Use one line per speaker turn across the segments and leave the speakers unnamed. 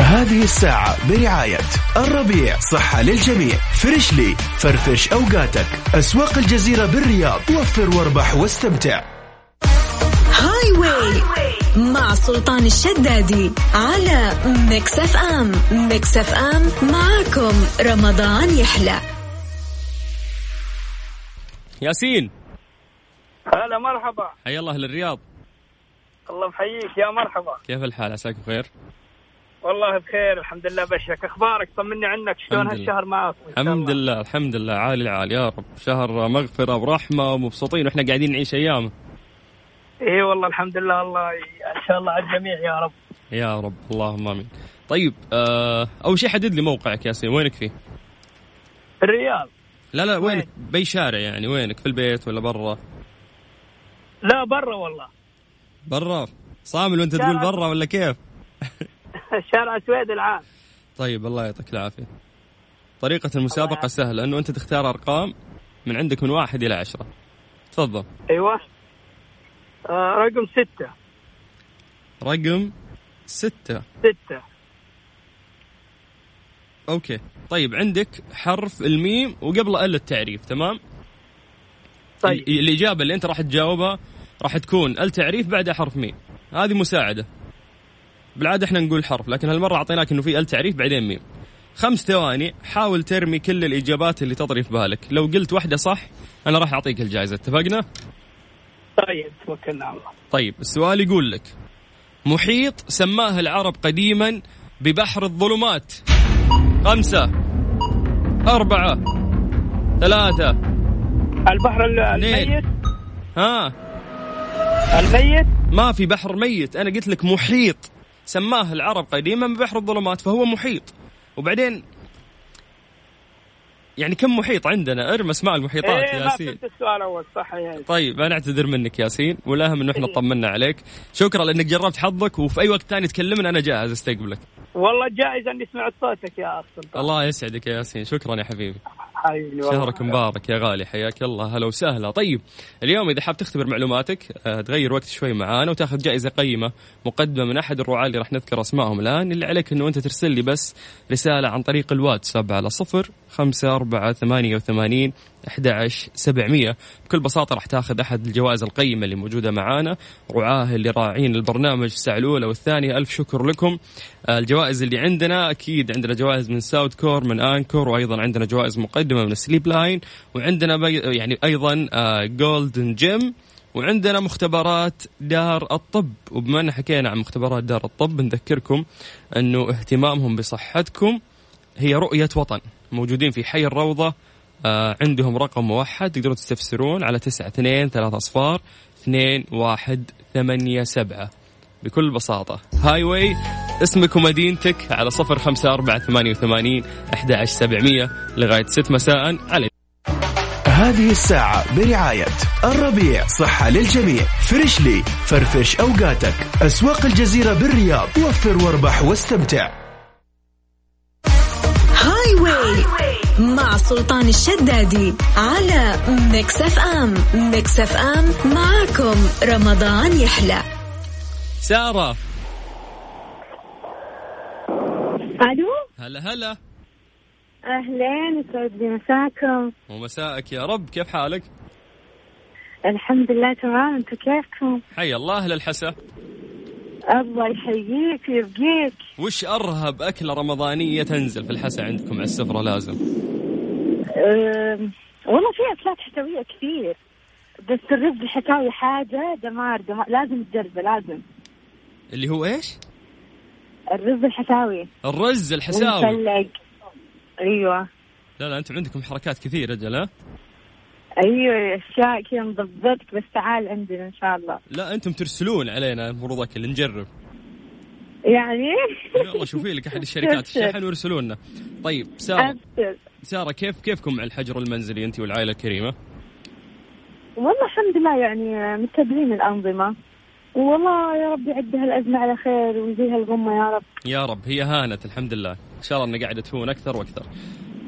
هذه الساعة برعاية الربيع صحة للجميع فريشلي فرفش أوقاتك أسواق الجزيرة بالرياض وفر واربح واستمتع
هاي واي مع سلطان الشدادي على ميكس اف ام ميكس اف ام معاكم رمضان يحلى
ياسين
هلا مرحبا
حيا الله للرياض
الله يحييك يا مرحبا
كيف الحال عساك بخير
والله بخير الحمد لله بشرك اخبارك طمني عنك شلون
الحمد لله.
هالشهر معك إن شاء
الحمد
الله.
لله الحمد لله عالي العال يا رب شهر مغفرة برحمة ومبسوطين واحنا قاعدين نعيش ايامه
اي إيه والله الحمد لله الله ي- ان شاء الله على الجميع يا رب
يا رب اللهم امين طيب آه اول شيء حدد لي موقعك ياسين وينك فيه
في الرياض
لا لا وينك باي شارع يعني وينك في البيت ولا برا
لا برا والله
برا صامل وانت تقول
شارع.
برا ولا كيف
شارع سويد العام
طيب الله يعطيك العافية طريقة المسابقة سهلة انه انت تختار ارقام من عندك من واحد الى عشرة تفضل
ايوه آه رقم ستة
رقم ستة
ستة
اوكي طيب عندك حرف الميم وقبل ال التعريف تمام
طيب
ال- الاجابة اللي انت راح تجاوبها راح تكون ال تعريف بعدها حرف ميم هذه مساعدة بالعادة احنا نقول حرف لكن هالمرة اعطيناك انه في ال تعريف بعدين ميم خمس ثواني حاول ترمي كل الاجابات اللي تطري في بالك لو قلت واحدة صح انا راح اعطيك الجائزة اتفقنا؟
طيب توكلنا على الله
طيب السؤال يقول لك محيط سماه العرب قديما ببحر الظلمات خمسة أربعة ثلاثة
البحر ال- الميت
ها
الميت
ما في بحر ميت أنا قلت لك محيط سماه العرب قديما ببحر الظلمات فهو محيط وبعدين يعني كم محيط عندنا ارمي اسماء المحيطات
ايه
يا
ما
ياسين
فهمت السؤال اول صح يعني
طيب انا اعتذر منك ياسين والاهم انه احنا
إيه.
طمنا عليك شكرا لانك جربت حظك وفي اي وقت ثاني تكلمنا انا جاهز استقبلك
والله جائز اني سمعت صوتك يا اخ سلطان
الله يسعدك يا ياسين شكرا يا حبيبي
حبيبي والله.
شهرك مبارك يا غالي حياك الله هلا وسهلا طيب اليوم اذا حاب تختبر معلوماتك آه، تغير وقت شوي معانا وتاخذ جائزه قيمه مقدمه من احد الرعاه اللي راح نذكر اسمائهم الان اللي عليك انه انت ترسل لي بس رساله عن طريق الواتساب على صفر خمسة أربعة ثمانية وثمانين أحد سبعمية بكل بساطة راح تاخذ أحد الجوائز القيمة اللي موجودة معانا رعاه اللي راعين البرنامج الساعة الأولى والثانية ألف شكر لكم آه، الجوائز اللي عندنا أكيد عندنا جوائز من ساوند كور من أنكور وأيضا عندنا جوائز مقدمة من سليب لاين وعندنا بي- يعني أيضا جولدن جيم وعندنا مختبرات دار الطب وبما ان حكينا عن مختبرات دار الطب نذكركم انه اهتمامهم بصحتكم هي رؤية وطن موجودين في حي الروضة آه عندهم رقم موحد تقدرون تستفسرون على تسعة اثنين ثلاثة أصفار اثنين واحد ثمانية سبعة بكل بساطة هاي واي اسمك ومدينتك على صفر خمسة أربعة ثمانية وثمانين أحد عشر سبعمية لغاية ست مساء على
هذه الساعة برعاية الربيع صحة للجميع فريشلي فرفش أوقاتك أسواق الجزيرة بالرياض وفر واربح واستمتع
هاي واي مع سلطان الشدادي على ميكس اف ام ميكس اف ام معاكم رمضان يحلى
سارة
الو
هلا هلا
اهلين يسعد لي مساكم
ومساءك يا رب كيف حالك
الحمد لله تمام انتم كيفكم؟
حيا الله أهل الحسا
الله يحييك ويبقيك
وش أرهب أكلة رمضانية تنزل في الحسا عندكم على السفرة لازم
أم، والله في اكلات حسويه كثير بس الرز الحكاوي حاجه دمار دمار لازم تجربه لازم
اللي هو إيش
الرز الحساوي
الرز الحساوي
والمسلق. ايوه
لا لا انتم عندكم حركات كثير اجل ها
ايوه اشياء كذا مضبطك بس تعال عندنا ان شاء الله
لا انتم ترسلون علينا المفروض اكل نجرب
يعني
يلا شوفي لك احد الشركات الشحن وارسلوا لنا طيب ساره
أبشر.
ساره كيف كيفكم مع الحجر المنزلي انت والعائله الكريمه
والله الحمد لله يعني متبلين الأنظمة والله يا رب يعدي هالأزمة على خير ويزيها الغمة يا رب
يا رب هي هانت الحمد لله ان شاء الله ان قاعده تهون اكثر واكثر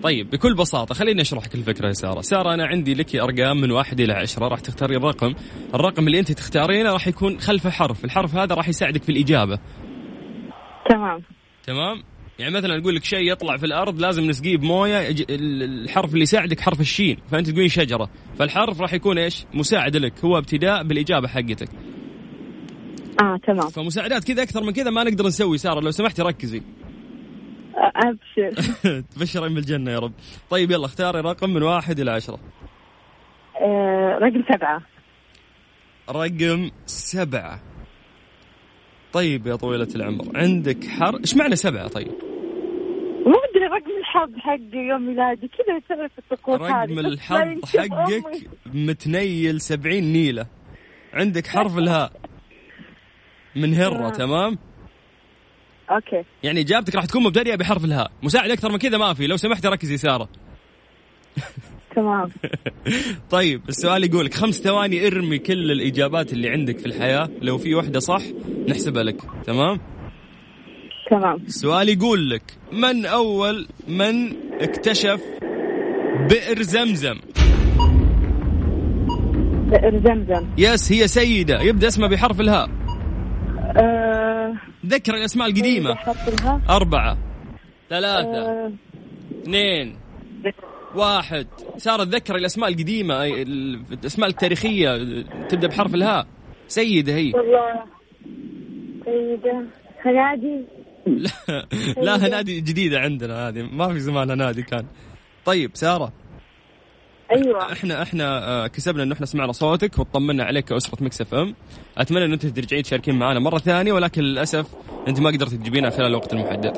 طيب بكل بساطة خليني أشرح لك الفكرة يا سارة سارة أنا عندي لك أرقام من واحد إلى عشرة راح تختاري الرقم الرقم اللي أنت تختارينه راح يكون خلفه حرف الحرف هذا راح يساعدك في الإجابة
تمام
تمام يعني مثلا اقول لك شيء يطلع في الارض لازم نسقيه بمويه يج- ال- الحرف اللي يساعدك حرف الشين فانت تقولين شجره فالحرف راح يكون ايش مساعد لك هو ابتداء بالاجابه حقتك
اه تمام
فمساعدات كذا اكثر من كذا ما نقدر نسوي ساره لو سمحتي ركزي
آه، ابشر
تبشرين بالجنه يا رب طيب يلا اختاري رقم من واحد الى عشره
آه، رقم سبعه
رقم سبعة طيب يا طويلة العمر عندك حر ايش معنى سبعة طيب
ما ادري رقم الحظ حقي يوم ميلادي كذا سالفه السقوط هذه
رقم
بس لا
الحظ
ينشف
حقك
أمي.
متنيل سبعين نيلة عندك حرف الهاء من
نعم.
هرة تمام
اوكي
يعني اجابتك راح تكون مبتدئة بحرف الهاء مساعد اكثر من كذا ما في لو سمحتي ركزي سارة
تمام
طيب السؤال يقولك خمس ثواني ارمي كل الاجابات اللي عندك في الحياة لو في واحدة صح نحسبها لك تمام
تمام
السؤال يقول لك من اول من اكتشف بئر زمزم
بئر زمزم
يس هي سيده يبدا اسمها بحرف الهاء
آه،
ذكر الاسماء القديمه
حط لها.
اربعه ثلاثه
آه،
اثنين واحد ساره تذكر الاسماء القديمه أي ال- الاسماء التاريخيه تبدا بحرف الهاء سيده هي
والله سيدة هنادي
لا, لا هنادي جديده عندنا هذه ما في زمان هنادي كان طيب ساره
ايوه
احنا احنا آه، كسبنا انه احنا سمعنا صوتك وطمنا عليك كاسره مكس اف ام اتمنى انه انت ترجعين تشاركين معنا مره ثانيه ولكن للاسف انت ما قدرت تجيبينها خلال الوقت المحدد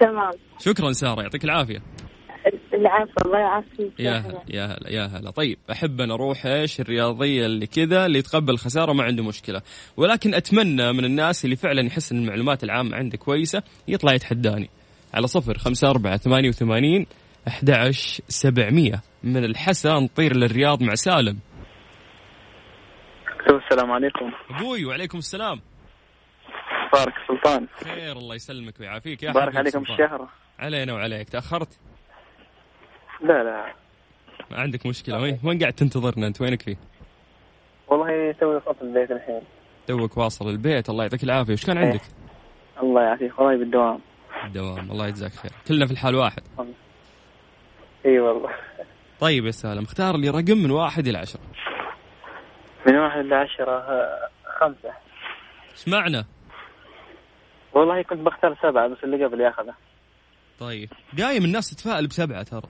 تمام
شكرا ساره يعطيك العافيه
العفو الله يعافيك
يا هلا يا هلا يا هلا طيب احب انا اروح ايش الرياضيه اللي كذا اللي يتقبل خساره ما عنده مشكله ولكن اتمنى من الناس اللي فعلا يحس ان المعلومات العامه عنده كويسه يطلع يتحداني على صفر خمسة أربعة ثمانية وثمانين أحد عشر سبعمية من الحسا نطير للرياض مع سالم
السلام عليكم
ابوي وعليكم السلام
بارك سلطان
خير الله يسلمك ويعافيك يا
بارك
حبيبي
عليكم
سلطان.
الشهرة
علينا وعليك تاخرت
لا لا
ما عندك مشكله وين وين قاعد تنتظرنا انت وينك فيه
والله توي وصلت البيت الحين
توك واصل البيت الله يعطيك العافيه وش كان
إيه.
عندك
الله يعافيك والله بالدوام
الدوام الله يجزاك خير كلنا في الحال واحد
اي والله
طيب يا سالم اختار لي رقم من واحد الى عشرة
من واحد لعشرة آه، خمسة
ايش معنى
والله كنت بختار سبعة بس اللي قبل ياخذه
طيب دايم الناس تتفائل بسبعه ترى
أنا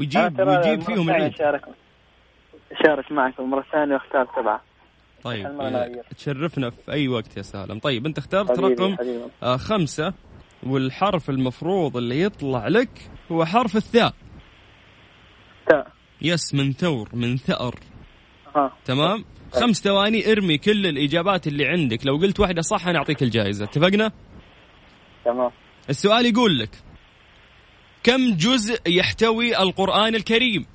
ويجيب
ترى
ويجيب
المرة
فيهم
الثانية
العيد
شارك شارك معك المرة الثانية واختار سبعة
طيب
عشان ما نغير.
تشرفنا في اي وقت يا سالم طيب انت اخترت
حبيبي،
رقم
حبيبي.
آه خمسة والحرف المفروض اللي يطلع لك هو حرف الثاء
تمام
يس من ثور من ثأر
ها
تمام
طيب.
خمس ثواني ارمي كل الإجابات اللي عندك لو قلت واحدة صح أنا أعطيك الجائزة اتفقنا
تمام
السؤال يقول لك كم جزء يحتوي القرآن الكريم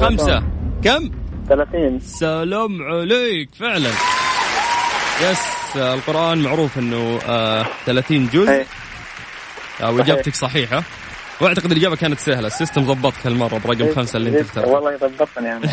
خمسة كم
30
سلام عليك فعلا يس آه، القرآن معروف أنه آه 30 جزء
إيه.
آه، وإجابتك صحيحة واعتقد الاجابه كانت سهله السيستم ضبطك هالمره برقم خمسه اللي انت اخترته
والله ضبطني يعني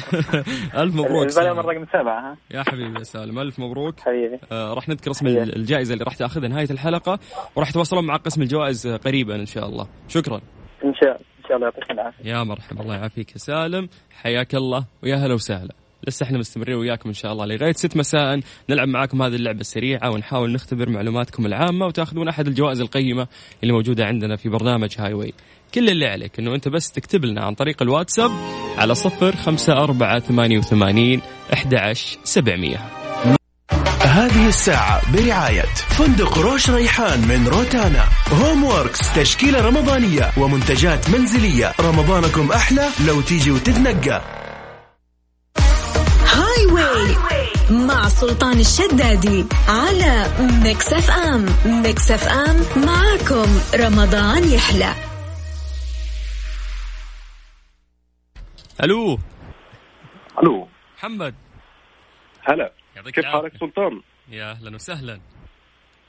الف مبروك
البلا
سالم.
من رقم سبعة ها
يا حبيبي يا سالم الف مبروك
حبيبي
آه، راح نذكر اسم ال- الجائزه اللي راح تاخذها نهايه الحلقه وراح تواصلون مع قسم الجوائز آه، قريبا ان شاء الله شكرا
ان شاء ان شاء الله يعطيك العافية
يا مرحبا الله يعافيك يا سالم حياك الله ويا هلا وسهلا لسه احنا مستمرين وياكم ان شاء الله لغايه 6 مساء نلعب معاكم هذه اللعبه السريعه ونحاول نختبر معلوماتكم العامه وتاخذون احد الجوائز القيمه اللي موجوده عندنا في برنامج هاي واي كل اللي عليك انه انت بس تكتب لنا عن طريق الواتساب على 0 5 4 88 11 700
هذه الساعة برعاية فندق روش ريحان من روتانا هوم ووركس تشكيلة رمضانية ومنتجات منزلية رمضانكم أحلى لو تيجي وتتنقى
هاي واي مع سلطان الشدادي على ميكس اف ام ميكس اف ام معاكم رمضان يحلى
الو
الو
محمد
هلا
يعطيك
كيف
العافية.
حالك سلطان؟
يا اهلا وسهلا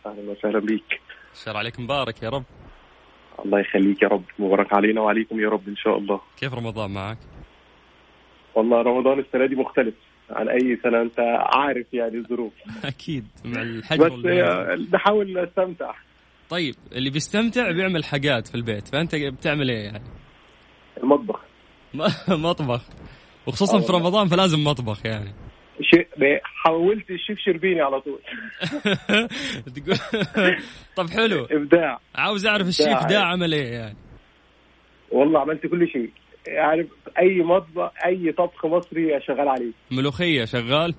اهلا وسهلا بيك
الشهر عليك مبارك يا رب
الله يخليك يا رب مبارك علينا وعليكم يا رب ان شاء الله
كيف رمضان معك
والله رمضان السنه دي مختلف عن اي سنه انت عارف يعني الظروف
اكيد مع الحجر
بس
والبرد.
آه، نحاول نستمتع
طيب اللي بيستمتع بيعمل حاجات في البيت فانت بتعمل ايه يعني؟
المطبخ
م- مطبخ وخصوصا
آه
في
والله.
رمضان فلازم مطبخ يعني
شيء حولت الشيف شربيني على طول
تقول- طب حلو
ابداع
عاوز اعرف الشيف ده عمل ايه يعني
والله عملت كل شيء عارف اي مطبخ اي طبخ مصري شغال عليه
ملوخيه شغال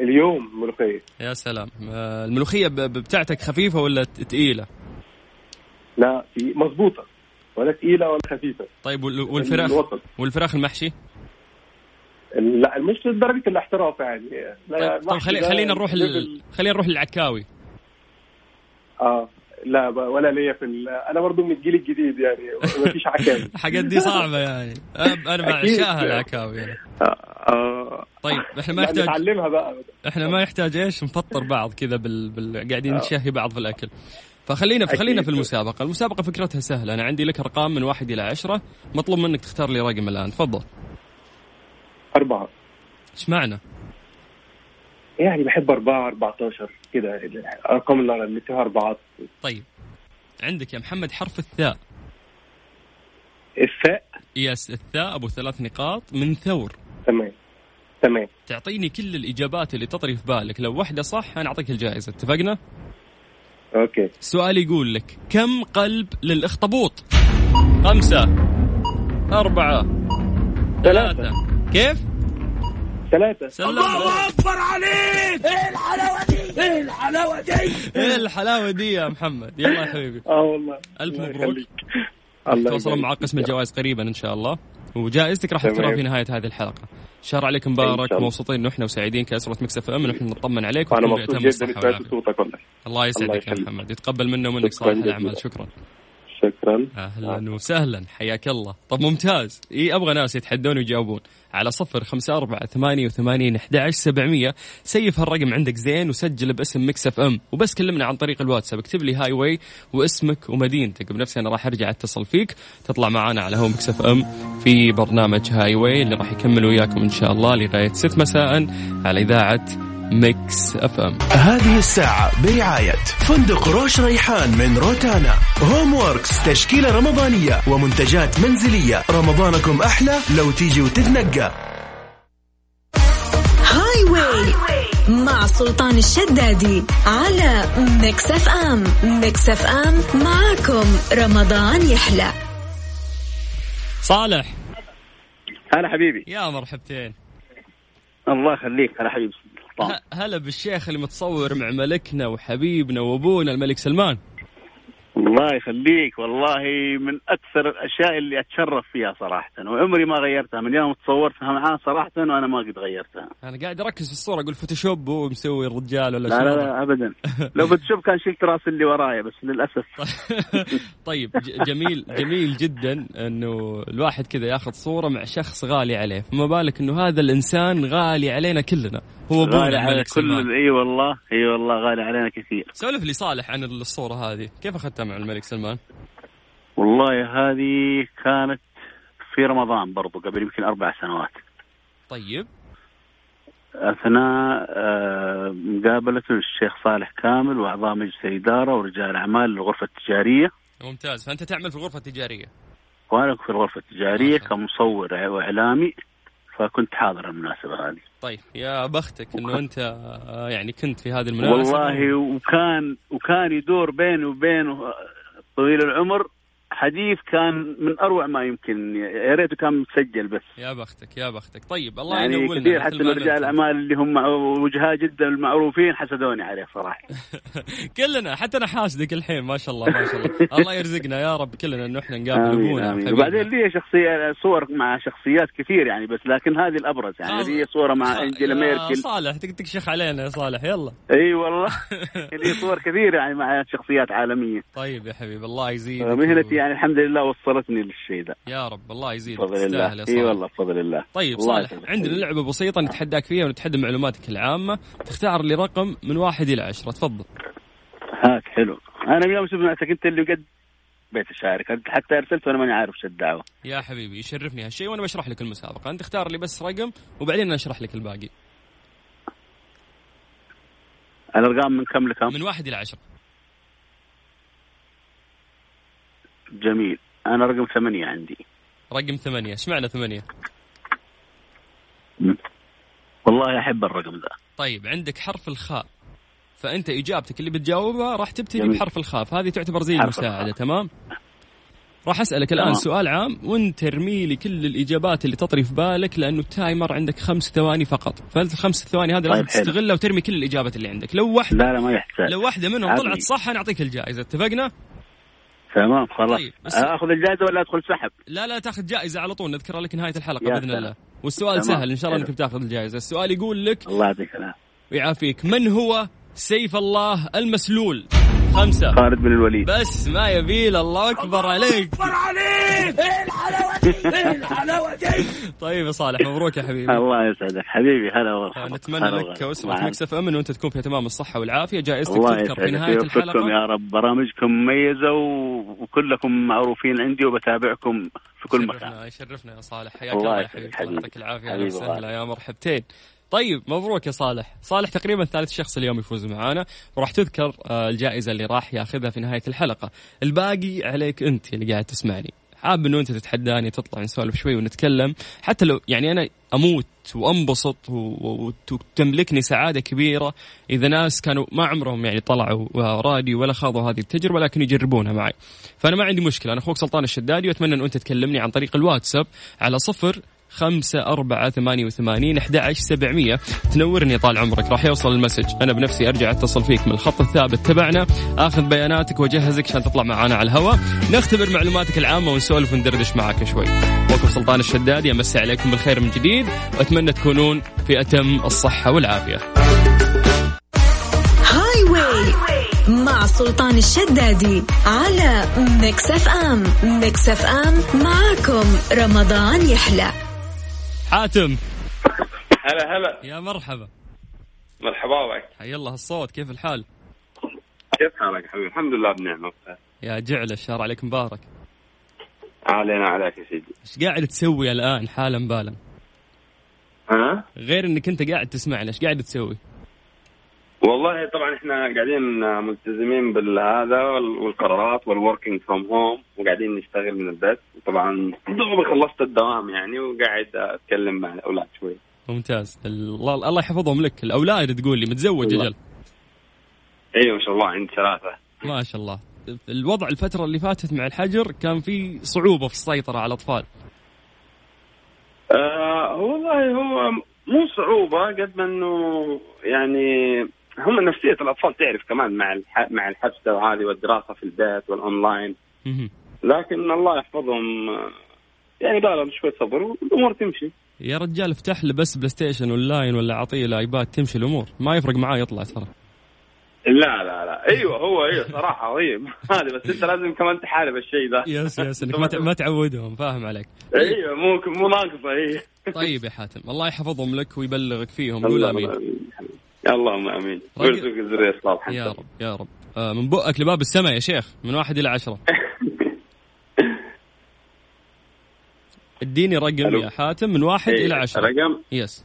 اليوم ملوخيه
يا سلام آه، الملوخيه ب- ب- بتاعتك خفيفه ولا ت- تقيله
لا في مظبوطه ولا تقيله ولا خفيفه
طيب وال- والفراخ
الوسط.
والفراخ المحشي
لا مش لدرجه الاحتراف يعني لا
طيب, طيب خلي
ده
خلينا نروح
ليفل-
لل... خلينا نروح للعكاوي
اه لا ب- ولا ليا في ال... انا برضو من الجيل الجديد يعني مفيش عكاوي
الحاجات دي صعبه يعني أنا- انا
أكيد.
بعشقها العكاوي يعني.
آه.
طيب احنا ما
لا،
يحتاج
نتعلمها بقى
احنا ما يحتاج ايش نفطر بعض كذا بال... بال... قاعدين نشهي بعض في الاكل فخلينا في
أكيد.
خلينا في المسابقه المسابقه فكرتها سهله انا عندي لك ارقام من واحد الى عشرة مطلوب منك تختار لي رقم الان تفضل
أربعة
ايش معنى
يعني بحب أربعة 14 كده الأرقام اللي أنا اللي فيها أربعات
طيب عندك يا محمد حرف الثاء
الثاء
يس الثاء ابو ثلاث نقاط من ثور
تمام تمام
تعطيني كل الاجابات اللي تطري في بالك لو واحده صح انا اعطيك الجائزه اتفقنا
أوكي
السؤال يقول لك كم قلب للاخطبوط خمسة أربعة ثلاثة كيف؟
ثلاثة
سلم الله أكبر إيه عليك إيه الحلاوة دي؟ إيه الحلاوة دي؟ إيه الحلاوة دي يا محمد يلا يا حبيبي
اه والله
ألف
الله
مبروك.
يخليك. الله
توصلون
يبارك
مع إيه، قسم
فيك.
الجوائز قريبا ان شاء الله وجائزتك راح تكرر
تمام.
في نهايه هذه الحلقه شهر عليك
إن
مبارك
شاء الله.
مبسوطين انه احنا وسعيدين كاسره مكسف ام نحن نطمن عليك
أنا
وتكون
مبسوط
بأتم
جدا
الصحة
سمعت
والعافية.
صوتك والله
الله يسعدك يا
يخليك.
محمد يتقبل منا ومنك
شكراً
صالح
جداً.
الاعمال شكرا
شكرا
اهلا وسهلا حياك الله طب ممتاز اي ابغى ناس يتحدون ويجاوبون على صفر خمسة أربعة ثمانية وثمانين أحد عشر سبعمية سيف هالرقم عندك زين وسجل باسم مكس اف ام وبس كلمنا عن طريق الواتساب اكتب لي هاي واي واسمك ومدينتك بنفسي انا راح ارجع اتصل فيك تطلع معانا على هو مكس اف ام في برنامج هاي واي اللي راح يكمل وياكم ان شاء الله لغاية ست مساء على اذاعة مكس اف ام
هذه الساعة برعاية فندق روش ريحان من روتانا هوم ووركس تشكيلة رمضانية ومنتجات منزلية رمضانكم أحلى لو تيجي وتتنقى
هاي واي مع سلطان الشدادي على ميكس اف ام ميكس اف ام معاكم رمضان يحلى
صالح
هلا حبيبي
يا مرحبتين
الله يخليك هلا حبيبي
ه- هلا بالشيخ اللي متصور مع ملكنا وحبيبنا وابونا الملك سلمان
الله يخليك والله من اكثر الاشياء اللي اتشرف فيها صراحه وعمري ما غيرتها من يوم تصورتها معاه صراحه وانا ما قد غيرتها
انا قاعد اركز في الصوره اقول فوتوشوب ومسوي الرجال ولا
لا
شنو.
لا, لا ابدا لو بتشوف كان شلت راس اللي ورايا بس للاسف
طيب ج- جميل جميل جدا انه الواحد كذا ياخذ صوره مع شخص غالي عليه فما بالك انه هذا الانسان غالي علينا كلنا هو ابونا
غالي على
الملك سلمان
كل اي والله اي والله غالي علينا كثير
سولف لي صالح عن الصوره هذه كيف اخذتها مع الملك سلمان
والله هذه كانت في رمضان برضو قبل يمكن اربع سنوات
طيب
اثناء آه، مقابلته للشيخ صالح كامل واعضاء مجلس الاداره ورجال اعمال للغرفه التجاريه
ممتاز فانت تعمل في غرفه تجاريه
وانا في الغرفه التجاريه
ما شاء
كمصور واعلامي فكنت حاضر المناسبه هذه
طيب يا بختك انه انت آه، يعني كنت في هذه المناسبه
والله وكان وكان يدور بيني وبينه طويل العمر حديث كان من اروع ما يمكن يا ريته كان مسجل بس
يا بختك يا بختك طيب الله
يعني
ينولنا
كثير
مثل
حتى
ما
من رجال
قلت.
الاعمال اللي هم وجهاء جدا المعروفين حسدوني عليه صراحه
كلنا حتى انا حاسدك الحين ما شاء الله ما شاء الله الله يرزقنا يا رب كلنا انه احنا نقابل
امين
ابونا
امين
حبيبنا.
وبعدين لي شخصيه صور مع شخصيات كثير يعني بس لكن هذه الابرز يعني
خلاص.
لي صوره مع
آه. يا
انجيلا ميركل
صالح تك- تكشخ علينا يا صالح يلا
اي والله لي صور كثيره يعني مع شخصيات عالميه
طيب يا حبيبي الله يزيدك
مهنتي
و-
يعني الحمد لله وصلتني للشيء ده
يا رب الله يزيدك
بفضل
تستاهل يا
الله
صالح
اي والله بفضل الله
طيب
الله
صالح
يسعدك.
عندنا لعبه بسيطه نتحداك فيها ونتحدى معلوماتك العامه تختار لي رقم من واحد الى عشره تفضل
هاك حلو انا من يوم سمعتك انت اللي قد بيت الشارك أنت حتى ارسلت وانا ماني عارف شو الدعوه
يا حبيبي يشرفني هالشيء وانا بشرح لك المسابقه انت اختار لي بس رقم وبعدين انا اشرح لك الباقي
الارقام من كم لكم؟ آه.
من واحد الى عشره
جميل انا رقم ثمانية عندي
رقم ثمانية ايش معنى ثمانية
والله احب الرقم ذا
طيب عندك حرف الخاء فانت اجابتك اللي بتجاوبها راح تبتدي
جميل.
بحرف الخاء فهذه تعتبر زي
حرف
المساعده
الخاء.
تمام راح اسالك الان
تمام.
سؤال عام وانت ارمي لي كل الاجابات اللي تطري في بالك لانه التايمر عندك خمس ثواني فقط فانت الخمس ثواني هذه لازم
طيب، حلو.
تستغلها وترمي كل الاجابات اللي عندك لو واحده
لا لا ما يحتاج
لو واحده منهم
عادي.
طلعت صح انا اعطيك الجائزه اتفقنا
تمام خلاص
طيب، بس-
اخذ الجائزه ولا ادخل سحب
لا لا تاخذ جائزه على طول نذكرها لك نهايه الحلقه
يا
باذن
سلام.
الله والسؤال
تمام.
سهل ان شاء الله
حلو.
انك بتاخذ الجائزه السؤال يقول لك
الله يعطيك العافيه
ويعافيك من هو سيف الله المسلول خمسة
خالد بن الوليد
بس ما يبيل الله أكبر عليك أكبر عليك إيه الحلاوة دي إيه الحلاوة دي طيب يا صالح مبروك يا حبيبي آه،
الله يسعدك حبيبي هلا والله
نتمنى لك واسمة مكسف أمن وأنت تكون فيها تمام الصحة والعافية جائزتك
نعم. الله
تذكر في
يسعدك
نهاية
ويوفقكم
الحلقة
يا رب برامجكم مميزة و- وكلكم معروفين عندي وبتابعكم في كل مكان
يشرفنا يشرفنا يا صالح حياك
الله
الله يا
يسعدك
حبيبي الله
حبيبي.
يعطيك العافية أهلا
حبيبي
وسهلا
الله.
يا مرحبتين طيب مبروك يا صالح صالح تقريبا ثالث شخص اليوم يفوز معانا وراح تذكر آه، الجائزة اللي راح ياخذها في نهاية الحلقة الباقي عليك أنت اللي قاعد تسمعني حاب انه انت تتحداني تطلع نسولف شوي ونتكلم حتى لو يعني انا اموت وانبسط و- و- وتملكني سعاده كبيره اذا ناس كانوا ما عمرهم يعني طلعوا راديو ولا خاضوا هذه التجربه لكن يجربونها معي فانا ما عندي مشكله انا اخوك سلطان الشدادي واتمنى ان انت تكلمني عن طريق الواتساب على صفر خمسة أربعة ثمانية وثمانين أحد عشر سبعمية تنورني طال عمرك راح يوصل المسج أنا بنفسي أرجع أتصل فيك من الخط الثابت تبعنا أخذ بياناتك وأجهزك عشان تطلع معنا على الهواء نختبر معلوماتك العامة ونسولف وندردش معك شوي أخوكم سلطان الشدادي أمسي عليكم بالخير من جديد وأتمنى تكونون في أتم الصحة والعافية
هاي واي مع سلطان الشدادي على ميكس اف ام ميكس اف ام معاكم رمضان يحلى
حاتم
هلا هلا
يا مرحبا
مرحبا بك
حيا الله الصوت كيف الحال
كيف حالك حبيبي الحمد لله بنعمة
يا جعل الشهر عليك مبارك
علينا عليك يا سيدي
ايش قاعد تسوي الان حالا بالا
ها
غير انك انت قاعد تسمعنا ايش قاعد تسوي
والله طبعا احنا قاعدين ملتزمين بالهذا وال- والقرارات والوركينج فروم هوم وقاعدين نشتغل من البيت وطبعا دوبي خلصت الدوام يعني وقاعد اتكلم مع الاولاد شوي
ممتاز الله الله يحفظهم لك الاولاد تقول لي متزوج
والله.
اجل
ايوه ما شاء الله عندي ثلاثه
ما شاء الله الوضع الفترة اللي فاتت مع الحجر كان في صعوبة في السيطرة على الأطفال
آه والله هو مو صعوبه قد ما انه يعني هم نفسيه الاطفال تعرف كمان مع الح... مع الحبسه وهذه والدراسه في البيت والاونلاين
مهم.
لكن الله يحفظهم آه، يعني لا لا شوي صبر والامور تمشي
يا رجال افتح له بس بلاي ستيشن اونلاين ولا اعطيه الايباد تمشي الامور ما يفرق معاه يطلع ترى
لا لا لا ايوه هو ايوه صراحه عظيم هذا بس انت لازم كمان تحارب الشيء ده
يس يس انك ما ت- ما تعودهم فاهم عليك
ايوه مو مو ناقصه هي
طيب يا حاتم الله يحفظهم لك ويبلغك فيهم قول
اللهم
امين
امين اللهم امين
رجل-
ويرزق الذريه الصالحه
يا رب يا رب آه، من بؤك لباب السماء يا شيخ من واحد الى عشرة اديني رقم
ألو.
يا حاتم من واحد
إيه،
الى عشرة
رقم
يس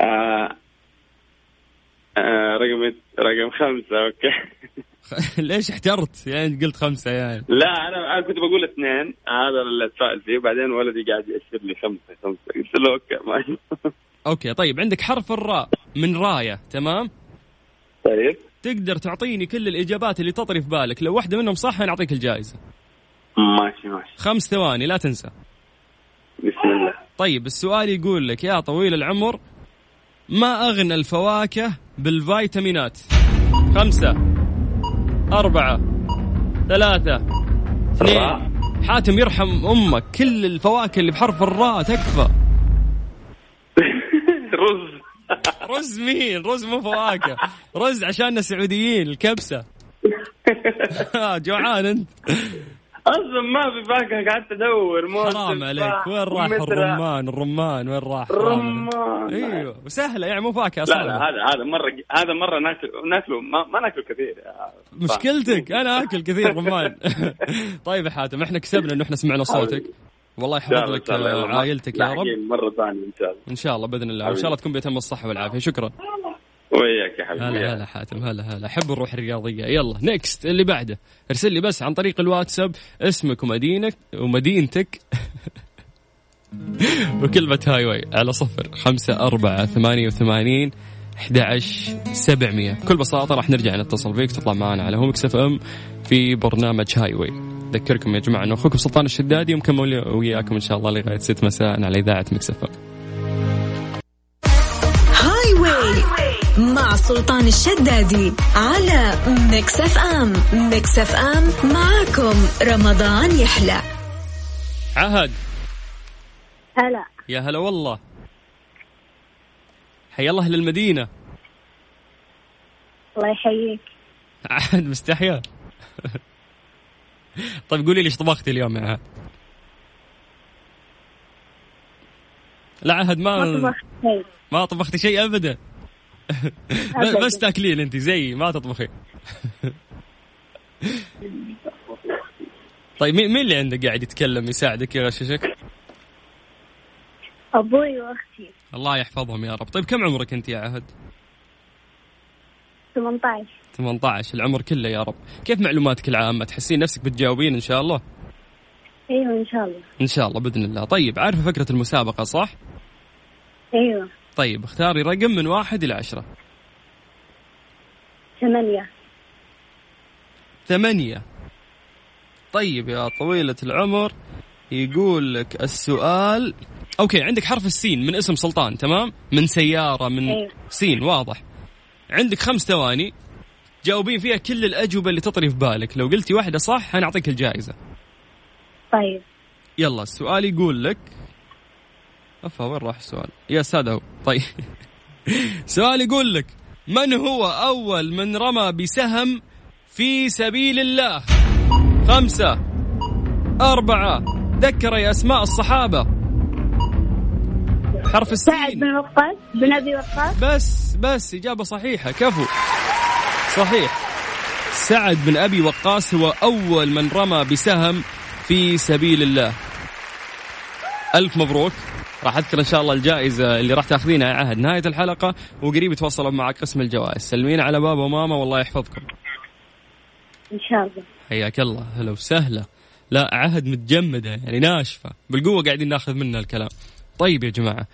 آه آه رقم رقم خمسه اوكي
ليش احترت يعني قلت خمسة يعني
لا انا انا كنت بقول اثنين هذا اللي اتساءل فيه بعدين ولدي قاعد ياشر لي خمسه خمسه قلت له اوكي ما
اوكي طيب عندك حرف الراء من راية تمام
طيب
تقدر تعطيني كل الاجابات اللي تطري في بالك لو واحدة منهم صح انا اعطيك الجائزة
ماشي ماشي
خمس ثواني لا تنسى
بسم الله
طيب السؤال يقول لك يا طويل العمر ما أغنى الفواكه بالفيتامينات خمسة أربعة ثلاثة
الراء.
اثنين حاتم يرحم أمك كل الفواكه اللي بحرف الراء تكفى
رز
رز مين رز مو فواكه رز عشاننا سعوديين الكبسة آه، جوعان أنت
اصلا ما في فاكهه قعدت ادور مو
حرام عليك وين راح
ومثل-
الرمان الرمان وين راح حرام عليك.
رمان
ايوه وسهله يعني مو فاكهه
لا لا
صعبة.
هذا هذا مره هذا مره ناكله ناكله ما, ما ناكله كثير
مشكلتك انا اكل كثير رمان طيب يا حاتم احنا كسبنا انه احنا سمعنا صوتك والله يحفظ لك آه، عائلتك يا رب
مره ثانيه ان شاء الله
ان شاء الله باذن الله وان شاء الله تكون بيتم الصحه والعافيه شكرا
وياك يا حبيبي
هلا هلا
وياك.
حاتم هلا هلا احب الروح الرياضيه يلا نكست اللي بعده ارسل لي بس عن طريق الواتساب اسمك ومدينك ومدينتك وكلمة هاي واي على صفر خمسة أربعة ثمانية وثمانين 11700 بكل بساطة راح نرجع نتصل فيك تطلع معنا على هومكس اف ام في برنامج هاي واي ذكركم يا جماعة أنه أخوكم سلطان الشدادي مكمل وياكم إن شاء الله لغاية 6 مساء على إذاعة مكس اف ام
هاي واي مع سلطان الشدادي على ميكس اف ام ميكس اف ام معاكم رمضان يحلى
عهد
هلا
يا هلا والله حيا الله أهل المدينة
الله يحييك
عاد مستحيا طيب قولي لي ايش طبختي اليوم يا عاد لا عهد
ما
ما
طبخت شيء
ما طبختي شيء ابدا بس- بس تاكلين انت زيي ما تطبخي طيب مين مين اللي عندك قاعد يتكلم يساعدك يغششك؟
ابوي واختي
الله يحفظهم يا رب، طيب كم عمرك انت يا عهد؟
18
18 العمر كله يا رب، كيف معلوماتك العامة؟ تحسين نفسك بتجاوبين ان شاء الله؟
ايوه ان شاء الله
ان شاء الله باذن الله طيب عارفه فكره المسابقه صح
ايوه
طيب اختاري رقم من واحد الى عشرة
ثمانية
ثمانية طيب يا طويلة العمر يقول لك السؤال اوكي عندك حرف السين من اسم سلطان تمام من سيارة من
أيوة.
سين واضح عندك خمس ثواني جاوبين فيها كل الأجوبة اللي تطري في بالك لو قلتي واحدة صح هنعطيك الجائزة
طيب
يلا السؤال يقول لك افا وين راح السؤال؟ يا ساده هو طيب سؤال يقول لك من هو اول من رمى بسهم في سبيل الله؟ خمسة أربعة ذكر يا أسماء الصحابة حرف
سعد
السين
بن وقاص بن ابي وقاص
بس بس إجابة صحيحة كفو صحيح سعد بن أبي وقاص هو أول من رمى بسهم في سبيل الله ألف مبروك راح أذكر إن شاء الله الجائزة اللي راح تاخذينها يا عهد نهاية الحلقة وقريب يتواصلوا معك قسم الجوائز سلمين على بابا وماما والله يحفظكم
ان شاء الله
حياك الله هلا وسهلا لا عهد متجمدة يعني ناشفة بالقوة قاعدين ناخذ منها الكلام طيب يا جماعة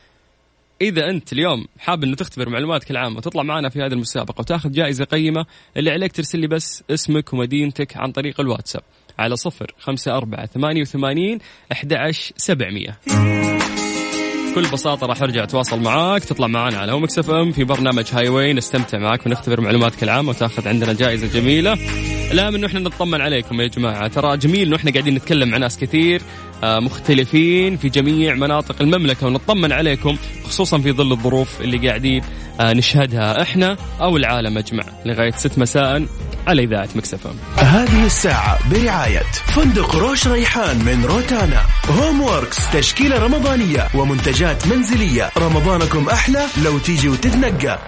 إذا أنت اليوم حاب أنه تختبر معلوماتك العامة وتطلع معنا في هذه المسابقة وتاخذ جائزة قيمة اللي عليك ترسل لي بس اسمك ومدينتك عن طريق الواتساب على صفر خمسة أربعة ثمانية وثمانين أحد عشر سبعمية بكل بساطة راح أرجع أتواصل معاك تطلع معنا على هومكس اف ام في برنامج هاي واي نستمتع معاك ونختبر معلوماتك العامة وتاخذ عندنا جائزة جميلة لا من إنه احنا نطمن عليكم يا جماعة ترى جميل انه احنا قاعدين نتكلم مع ناس كثير آه، مختلفين في جميع مناطق المملكة ونطمن عليكم خصوصا في ظل الظروف اللي قاعدين آه، نشهدها احنا او العالم اجمع لغاية 6 مساء على اذاعة مكسفة
هذه الساعة برعاية فندق روش ريحان من روتانا هوم ووركس تشكيلة رمضانية ومنتجات منزلية رمضانكم أحلى لو تيجي وتتنقى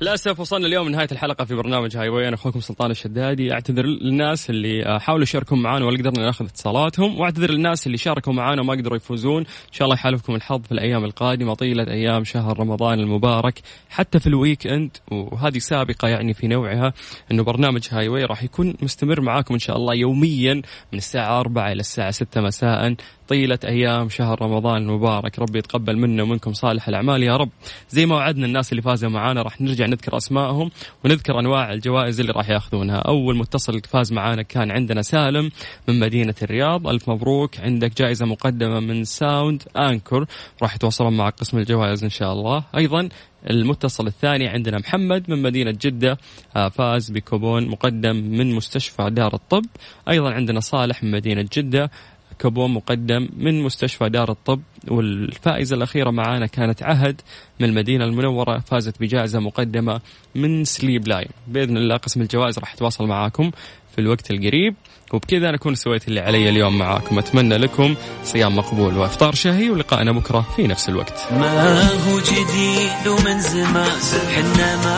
للاسف وصلنا اليوم لنهايه الحلقه في برنامج هاي واي انا اخوكم سلطان الشدادي اعتذر للناس اللي آه، حاولوا يشاركون معانا ولا قدرنا ناخذ اتصالاتهم واعتذر للناس اللي شاركوا معانا وما قدروا يفوزون ان شاء الله يحالفكم الحظ في الايام القادمه طيله ايام شهر رمضان المبارك حتى في الويك اند وهذه سابقه يعني في نوعها انه برنامج هاي واي راح يكون مستمر معاكم ان شاء الله يوميا من الساعه 4 الى الساعه 6 مساء طيله ايام شهر رمضان المبارك ربي يتقبل منا ومنكم صالح الاعمال يا رب زي ما وعدنا الناس اللي فازوا معانا راح نرجع نذكر اسمائهم ونذكر انواع الجوائز اللي راح ياخذونها اول متصل فاز معانا كان عندنا سالم من مدينه الرياض الف مبروك عندك جائزه مقدمه من ساوند انكر راح يتواصلون مع قسم الجوائز ان شاء الله ايضا المتصل الثاني عندنا محمد من مدينة جدة آه، فاز بكوبون مقدم من مستشفى دار الطب أيضا عندنا صالح من مدينة جدة كوبون مقدم من مستشفى دار الطب والفائزة الأخيرة معانا كانت عهد من المدينة المنورة فازت بجائزة مقدمة من سليب لاين بإذن الله قسم الجوائز راح يتواصل معاكم في الوقت القريب وبكذا أنا أكون سويت اللي علي اليوم معاكم أتمنى لكم صيام مقبول وإفطار شهي ولقائنا بكرة في نفس الوقت
ما هو جديد ومن زمان حنا مع